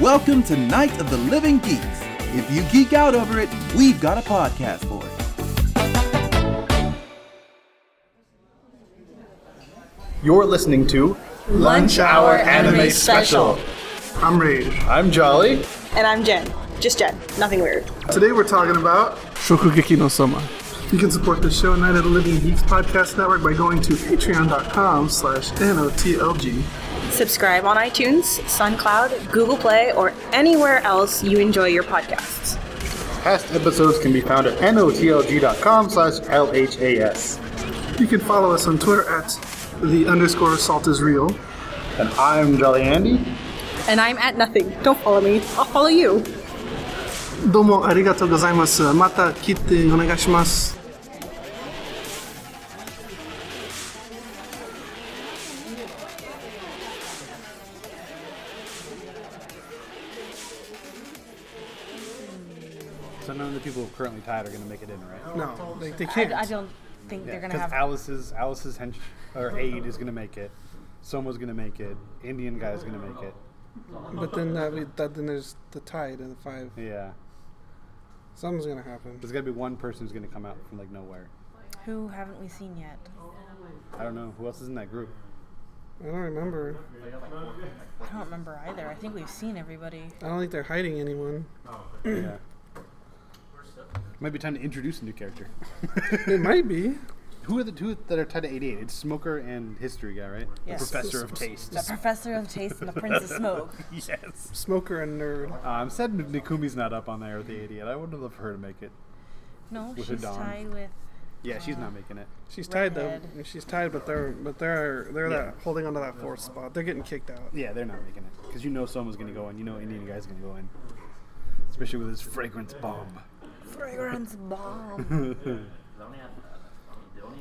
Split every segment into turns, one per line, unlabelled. Welcome to Night of the Living Geeks. If you geek out over it, we've got a podcast for it.
You're listening to
Lunch Hour Anime Special.
I'm Rage.
I'm Jolly.
And I'm Jen. Just Jen. Nothing weird.
Today we're talking about
Shokugeki no Soma.
you can support the show Night at the Living Geeks Podcast Network by going to patreon.com slash N-O-T-L-G.
Subscribe on iTunes, SoundCloud, Google Play, or anywhere else you enjoy your podcasts.
Past episodes can be found at notlg.com slash LHAS.
You can follow us on Twitter at the underscore salt is real.
And I'm Jolly Andy.
And I'm at nothing. Don't follow me. I'll follow you.
Domo arigato gozaimasu. Mata kite onegashimasu.
So none of the people currently tied are going to make it in, right?
No, they, they can't.
don't think they're
Because Alice's Alice's hench or aide is going to make it. Soma's going to make it. Indian guy's going to make it.
But then that, we, that then there's the tide and the five.
Yeah,
Something's gonna happen.
there's got to be one person who's going to come out from like nowhere.
Who haven't we seen yet?
I don't know who else is in that group.
I don't remember.
I don't remember either. I think we've seen everybody.
I don't think they're hiding anyone.
yeah, might be time to introduce a new character.
It might be.
Who are the two that are tied to 88? It's Smoker and History Guy, right?
Yes.
The Professor of Taste.
The Professor of Taste and the Prince of Smoke.
yes.
Smoker and nerd.
Uh, I'm sad Nikumi's not up on there with the 88. I would have loved for her to make it.
No,
With her
she's
dong.
tied with.
Yeah, she's not making it.
She's tied though.
Redhead.
She's tied, but they're but they're they're
Yeah.
that, holding onto that fourth spot. They're getting kicked out.
Yeah, they're not making it because you know someone's gonna go in. You know Indian guy's gonna go in, especially with his fragrance bomb.
Fragrance Bomb.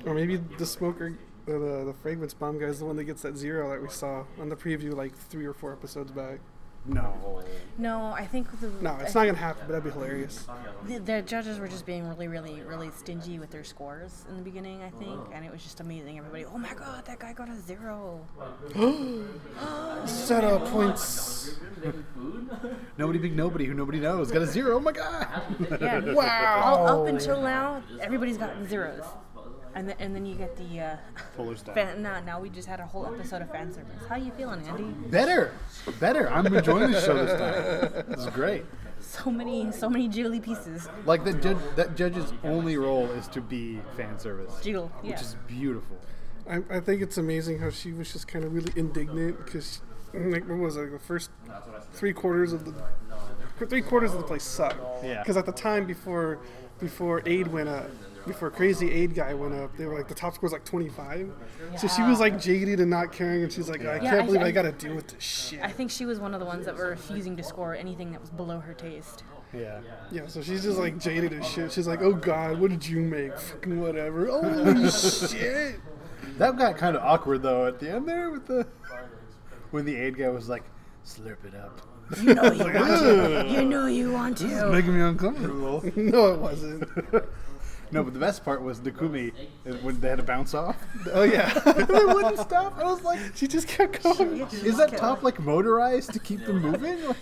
Or maybe the smoker, uh, the, the fragrance bomb guy is the one that gets that zero that we saw on the preview like three or four episodes back.
No,
No, I think the.
No, it's not gonna happen, but that'd be hilarious.
The, the judges were just being really, really, really stingy with their scores in the beginning, I think, and it was just amazing. Everybody, oh my god, that guy got a zero.
Set up points.
nobody big nobody who nobody knows got a zero. Oh my god!
Yeah. Wow. All up until now, everybody's gotten zeros. And, the, and then you get the uh,
Fuller style.
fan. Now, now we just had a whole episode of fan service. How you feeling, Andy?
Better, better. I'm enjoying the show this time. This is great.
So many, so many jiggly pieces.
Like that judge, that judge's only role is to be fan service,
Jiggle. Yeah.
which is beautiful.
I, I think it's amazing how she was just kind of really indignant because like what was it, like the first three quarters of the three quarters of the place sucked.
Yeah.
Because at the time before before Aid went up, before Crazy Aid guy went up, they were like the top score was like 25. So she was like jaded and not caring, and she's like, I can't
I-
believe I,
I-
got to deal with this shit.
I think she was one of the ones that were refusing to score anything that was below her taste.
Yeah.
yeah. So she's just like jaded as shit. She's like, Oh God, what did you make? Fucking whatever. Holy shit.
That got kind of awkward though at the end there with the when the aid guy was like, "Slurp it up."
You know you want to. You know you want to.
Making me uncomfortable.
No, it wasn't.
No, but the best part was Nakumi uh, when they had to bounce off.
Oh yeah.
they wouldn't stop. I was like,
she just kept going.
is that top like motorized to keep them moving? Like,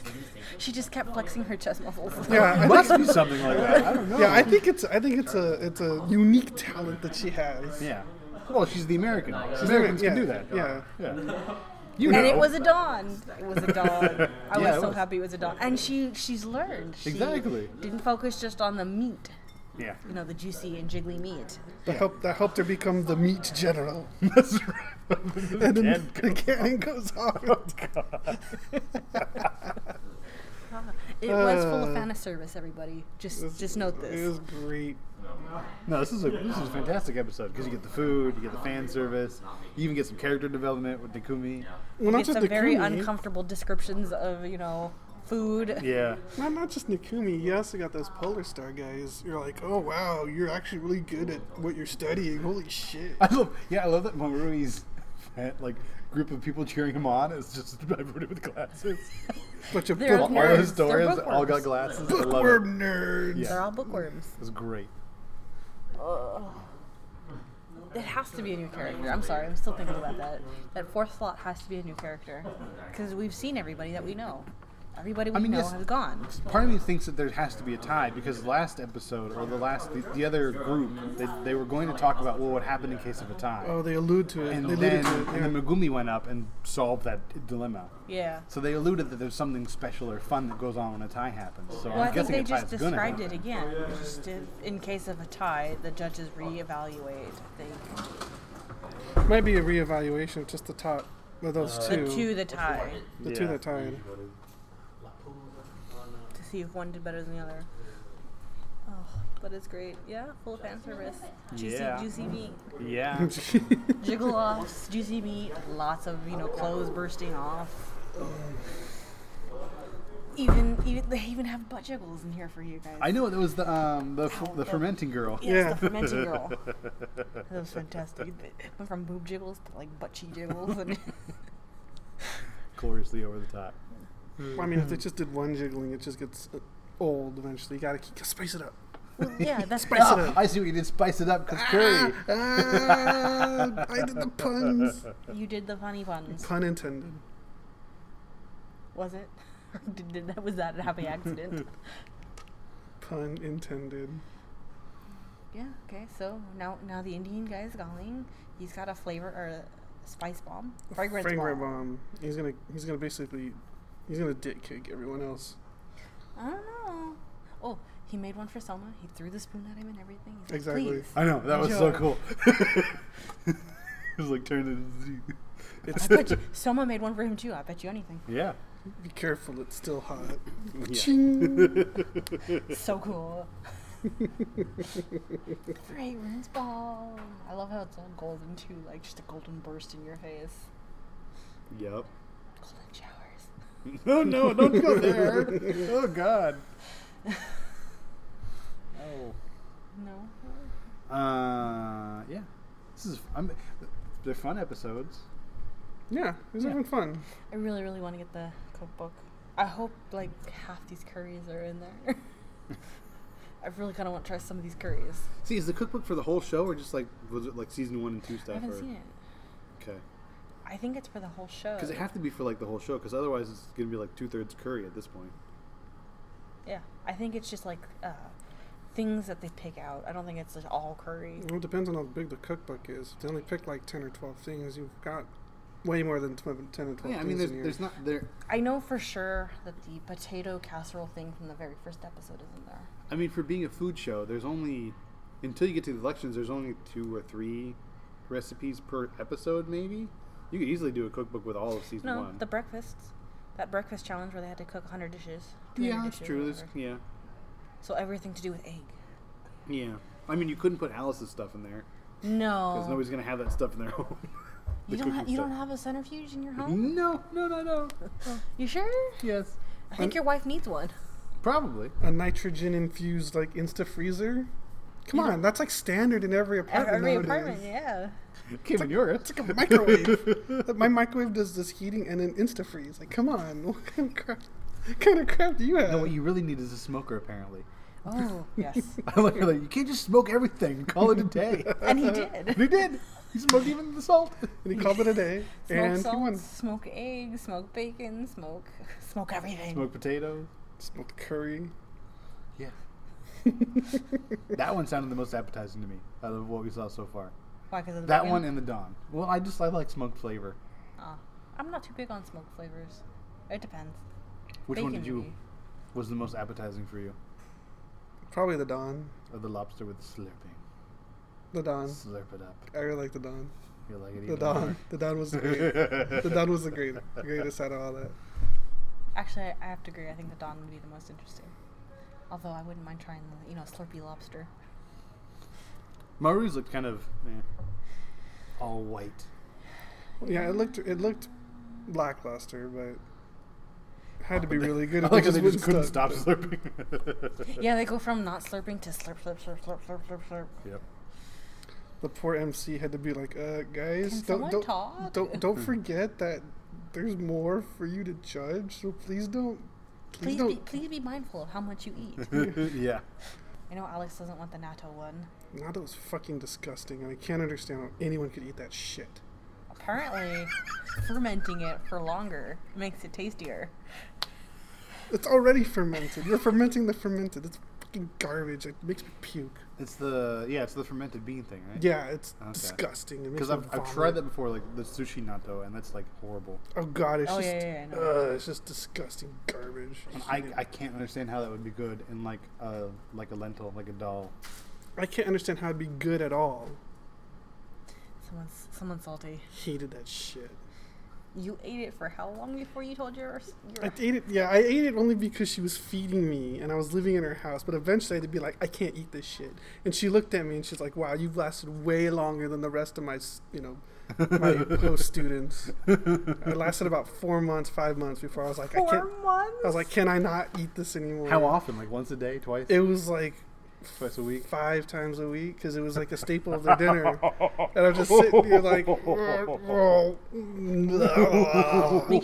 She just kept flexing her chest muscles.
Yeah, I
it must be something like that. I don't know.
Yeah, I think it's I think it's a it's a unique talent that she has.
Yeah. Well, she's the American. Americans
yeah,
can do that.
yeah.
Yeah. You know.
And it was a dawn. It was a dawn. I
Yeah, it
was so
was.
happy it was a dawn. And she she's learned. She
Exactly.
Didn't focus just on the meat,
Yeah.
you know, the juicy and jiggly meat.
That helped that helped her become the meat general.
That's right.
And then
Jen
the cannon goes off.
It was full
Uh,
of fan service, everybody. Just just note
It
this.
was great.
No, this is a this is a fantastic episode because you get the food, you get the fan service, you even get some character development with Nakumi.
Well, not
It's
just
some very
Nakumi.
uncomfortable descriptions of, you know, food.
Yeah.
Not, not just Nakumi. You also got those Polar Star guys. You're like, oh wow, you're actually really good at what you're studying. Holy shit!
I love. Yeah, I love that Marui's like group of people cheering him on is just everybody with glasses.
Bunch of
They're
All
bookworm
nerds.
those
They're
doors all got
bookworms.
glasses. I love it.
nerds.
Yeah.
They're all bookworms.
It was great.
It has to be a new character. I'm sorry, I'm still thinking about that. That fourth slot has to be a new character because we've seen everybody that we know. Everybody we
I mean,
know
yes.
has gone.
Part of me thinks that there has to be a tie because last episode or the last the, the other group they, they were going to talk about well what happened in case of a tie.
Oh, they allude to it.
and
they alluded
then,
to it.
and
yeah.
then Megumi went up and solved that dilemma.
Yeah.
So they alluded that there's something special or fun that goes on when a tie happens. So
Well,
I'm
I think
guessing
they
a tie
just
is gonna
described
happen.
it again. Just if, in case of a tie, the judges reevaluate. They
Might be a reevaluation of just the top of those two.
the two the tie
The two
Yeah.
that tied.
to see if one did better than the other. Oh, but it's great. Yeah, full of fan service. Juicy,
Yeah.
juicy meat.
Yeah.
Jiggle offs, juicy meat, lots of you know clothes bursting off. Even even they even have butt jiggles in here for you guys.
I know it was the um the, f- the fermenting girl.
Yes,
Yeah.
the fermenting girl. that was fantastic. It Went from boob jiggles to like butt cheek jiggles, and
Gloriously over the top.
Well, I mean, if they just did one jiggling, it just gets uh, old eventually. You gotta keep, gotta spice it up.
Well, yeah, that's
Spice it
Ah, I see what you did. Spice it up because curry.
Ah, I did the puns.
You did the funny puns,
Pun intended.
was it? did, did that was that a happy accident?
Pun intended.
yeah. Okay. So now now the Indian guy is going. He's got a flavor or a spice bomb, fragrance,
Fragrant
bomb.
bomb. He's gonna he's gonna basically he's gonna dick kick everyone else.
I don't know. Oh, he made one for Selma. He threw the spoon at him and everything. He's like,
Exactly.
Please.
I know that was so
Enjoy.
cool. it was like turned into.
I bet you, Selma made one for him too. I bet you anything.
Yeah.
Be careful, it's still hot.
so cool. Fragrance bomb. I love how it's all golden too, like just a golden burst in your face.
Yep.
Golden showers.
No, Oh, no, don't go there. oh God. Oh.
No.
Uh, yeah. This is. I'm, they're fun episodes.
Yeah, it was having fun.
I really, really want to get the cookbook. I hope like half these curries are in there. I really kind of want to try some of these curries.
See, is the cookbook for the whole show or just like was it like season one and two
I
stuff?
haven't
or,
seen it.
Okay.
I think it's for the whole show.
Because it have to be for like the whole show. Because otherwise, it's gonna be like two thirds curry at this point.
yeah, I think it's just like uh, things that they pick out. I don't think it's just all curry.
Well, it depends on how big the cookbook is. If they only pick like ten or twelve things, you've got way more than 12 ten or twelve
Yeah, I mean,
things
there's,
in here.
there's not there.
I know for sure that the potato casserole thing from the very first episode is in there.
I mean, for being a food show, there's only until you get to the elections, there's only two or three recipes per episode, maybe. You could easily do a cookbook with all of season
No,
one.
the breakfasts. That breakfast challenge where they had to cook 100 dishes. 200
yeah, that's
dishes,
true. There's,
whatever.
yeah,
So everything to do with egg.
yeah. I mean, you couldn't put Alice's stuff in there because
No.
nobody's gonna have that stuff in their home.
Oh. You,
the
don't, ha-
cooking
you don't
stuff. Mm-hmm.
have a centrifuge in your home?
no, no, no, no.
You sure?
Yes,
I think your wife needs one.
probably.
a nitrogen infused like insta freezer. Come on, that's like standard in every apartment.
Every
nowadays.
apartment, yeah.
Came in Europe.
It's like a microwave. Like, My microwave does this heating and an insta freeze. Like, come on, what kind of crap? kind of crap do you have?
No, what you really need is a smoker, apparently.
Oh, yes.
I like, like you can't just smoke everything. Call it a day.
And he did.
and he did. He smoked even the salt.
and he called it a day,
Smoke
and he won.
salts, smoke eggs, smoke bacon, smoke smoke everything.
Smoked potatoes.
Smoked curry.
Yeah. that one sounded the most appetizing to me out of what we saw so far.
Why, 'cause of the
That
bacon?
one and the Dawn. Well, I just I like smoked flavor.
Ah. I'm not too big on smoke flavors. It depends.
Which one did
Bacon
you
maybe.
was the most appetizing for you?
Probably the Don.
Or the lobster with the slurping.
The Don.
Slurp it up.
I really like the Don.
You like it
The
even
Don. The Don was the great. the Don was the great, the greatest out of all that.
Actually, I I have to agree. I think the Don would be the most interesting. Although I wouldn't mind trying the, you know, Slurpee lobster.
more. Maru's looked kind of eh, all white.
Yeah, it looked it looked lackluster, but had to be really good.
I
if they
like how Oh, they just
wouldn't
couldn't stop slurping.
Yeah, they go from not slurping to slurp, slurp, slurp, slurp, slurp, slurp, slurp.
yep.
The poor MC had to be like, uh, guys,
Can
don't
someone
don't,
talk?"
don't don't
Hmm.
forget that there's more for you to judge. So please don't, please,
Please be,
don't.
please be mindful of how much you eat.
yeah.
I know Alex doesn't want the natto one.
Not that was fucking disgusting, and I can't understand how anyone could eat that shit.
Apparently, fermenting it for longer makes it tastier.
It's already fermented. You're fermenting the fermented. It's fucking garbage. It makes me puke.
It's the yeah, it's the fermented bean thing, right?
Yeah, it's
Okay.
disgusting. It makes
Because
me
I've, I've
vomit.
tried that before, like the sushi natto, and that's like horrible.
Oh god, it's
Oh,
just
yeah, yeah, yeah, I know.
ugh, it's just disgusting garbage.
And I, I can't understand how that would be good in like a like a lentil, like a dal.
I can't understand how it'd be good at all.
Someone's someone's salty.
Hated that shit.
You ate it for how long before you told your your?
I ate it. Yeah, I ate it only because she was feeding me, and I was living in her house. But eventually, I had to be like, I can't eat this shit. And she looked at me, and she's like, Wow, you've lasted way longer than the rest of my, s- you know, my post students. I lasted about four months, five months before I was like, I can't.
Four months.
I was like, Can I not eat this anymore?
How often? Like once a day, twice,
It was like
twice a week.
five times a week because it was like a staple of their dinner. and I'm just sitting here like,
Make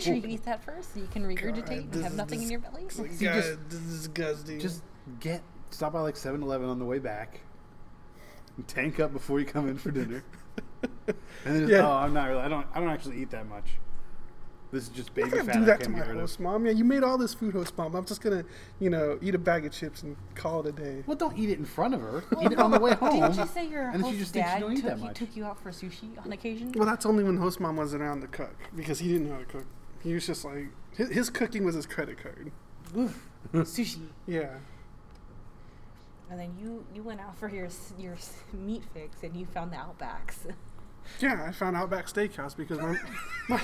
sure you eat that first, so you can regurgitate and
this
have
is
nothing in your belly.
God, this is disgusting.
Just get stop by like 7-Eleven on the way back. and Tank up before you come in for dinner. and then just,
Yeah.
oh, I'm not really. I don't. I don't actually eat that much. This is just baby
I'm not
fat. I
gonna do that to
can't
my
get rid of.
host mom. Yeah, you made all this food, host mom. I'm just gonna, you know, eat a bag of chips and call it a day.
Well, don't eat it in front of her. eat it on the way home.
Didn't you say your
Uh-huh. and if
host
you just think
dad
she don't eat
took,
that
you,
much.
took you out for sushi on occasion?
Well, that's only when host mom wasn't around to cook because he didn't know how to cook. He was just like his, his cooking was his credit card.
sushi.
Yeah,
And then you you went out for your s- your s- meat fix, and you found the outbacks.
yeah. I found Outback Steakhouse because my, my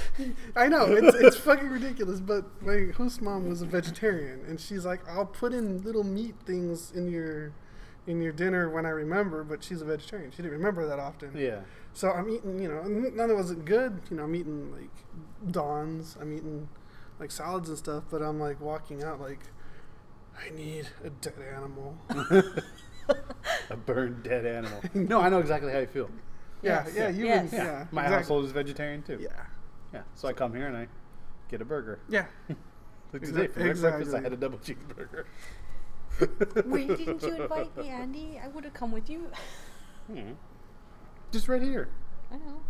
I know it's it's fucking ridiculous, but my host mom was a vegetarian and she's like, I'll put in little meat things in your in your dinner when I remember, but she's a vegetarian. She didn't remember that often.
yeah.
So I'm eating, you know, n- none of it wasn't good. You know, I'm eating like dons, I'm eating like salads and stuff, but I'm like walking out like, I need a dead animal.
A burned dead animal. no, I know exactly how you feel.
yeah,
Yes.
yeah, you
Yes.
and-
Yeah.
yeah.
My
exact-
household is vegetarian too.
Yeah.
Yeah, So I come here and I get a burger.
Yeah.
Like today, for my breakfast, I
Exactly.
had a double cheeseburger.
Why didn't you invite me, Andy? I would have come with you.
Hmm. Just right here.
I know.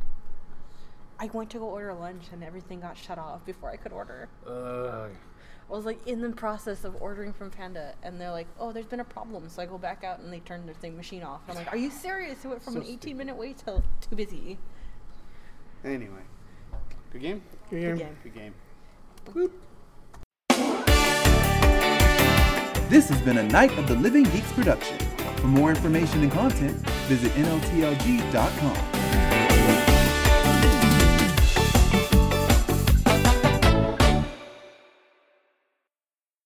I went to go order lunch, and everything got shut off before I could order.
Ugh.
I was like in the process of ordering from Panda, and they're like, "Oh, there's been a problem." So I go back out, and they turn their thing machine off. I'm like, "Are you serious?" It went from
So
an 18
stupid.
minute wait till too busy.
Anyway, good game.
Yeah.
Again.
Good game.
This has been a Night of the Living Geeks production. For more information and content, visit NOTLG.com.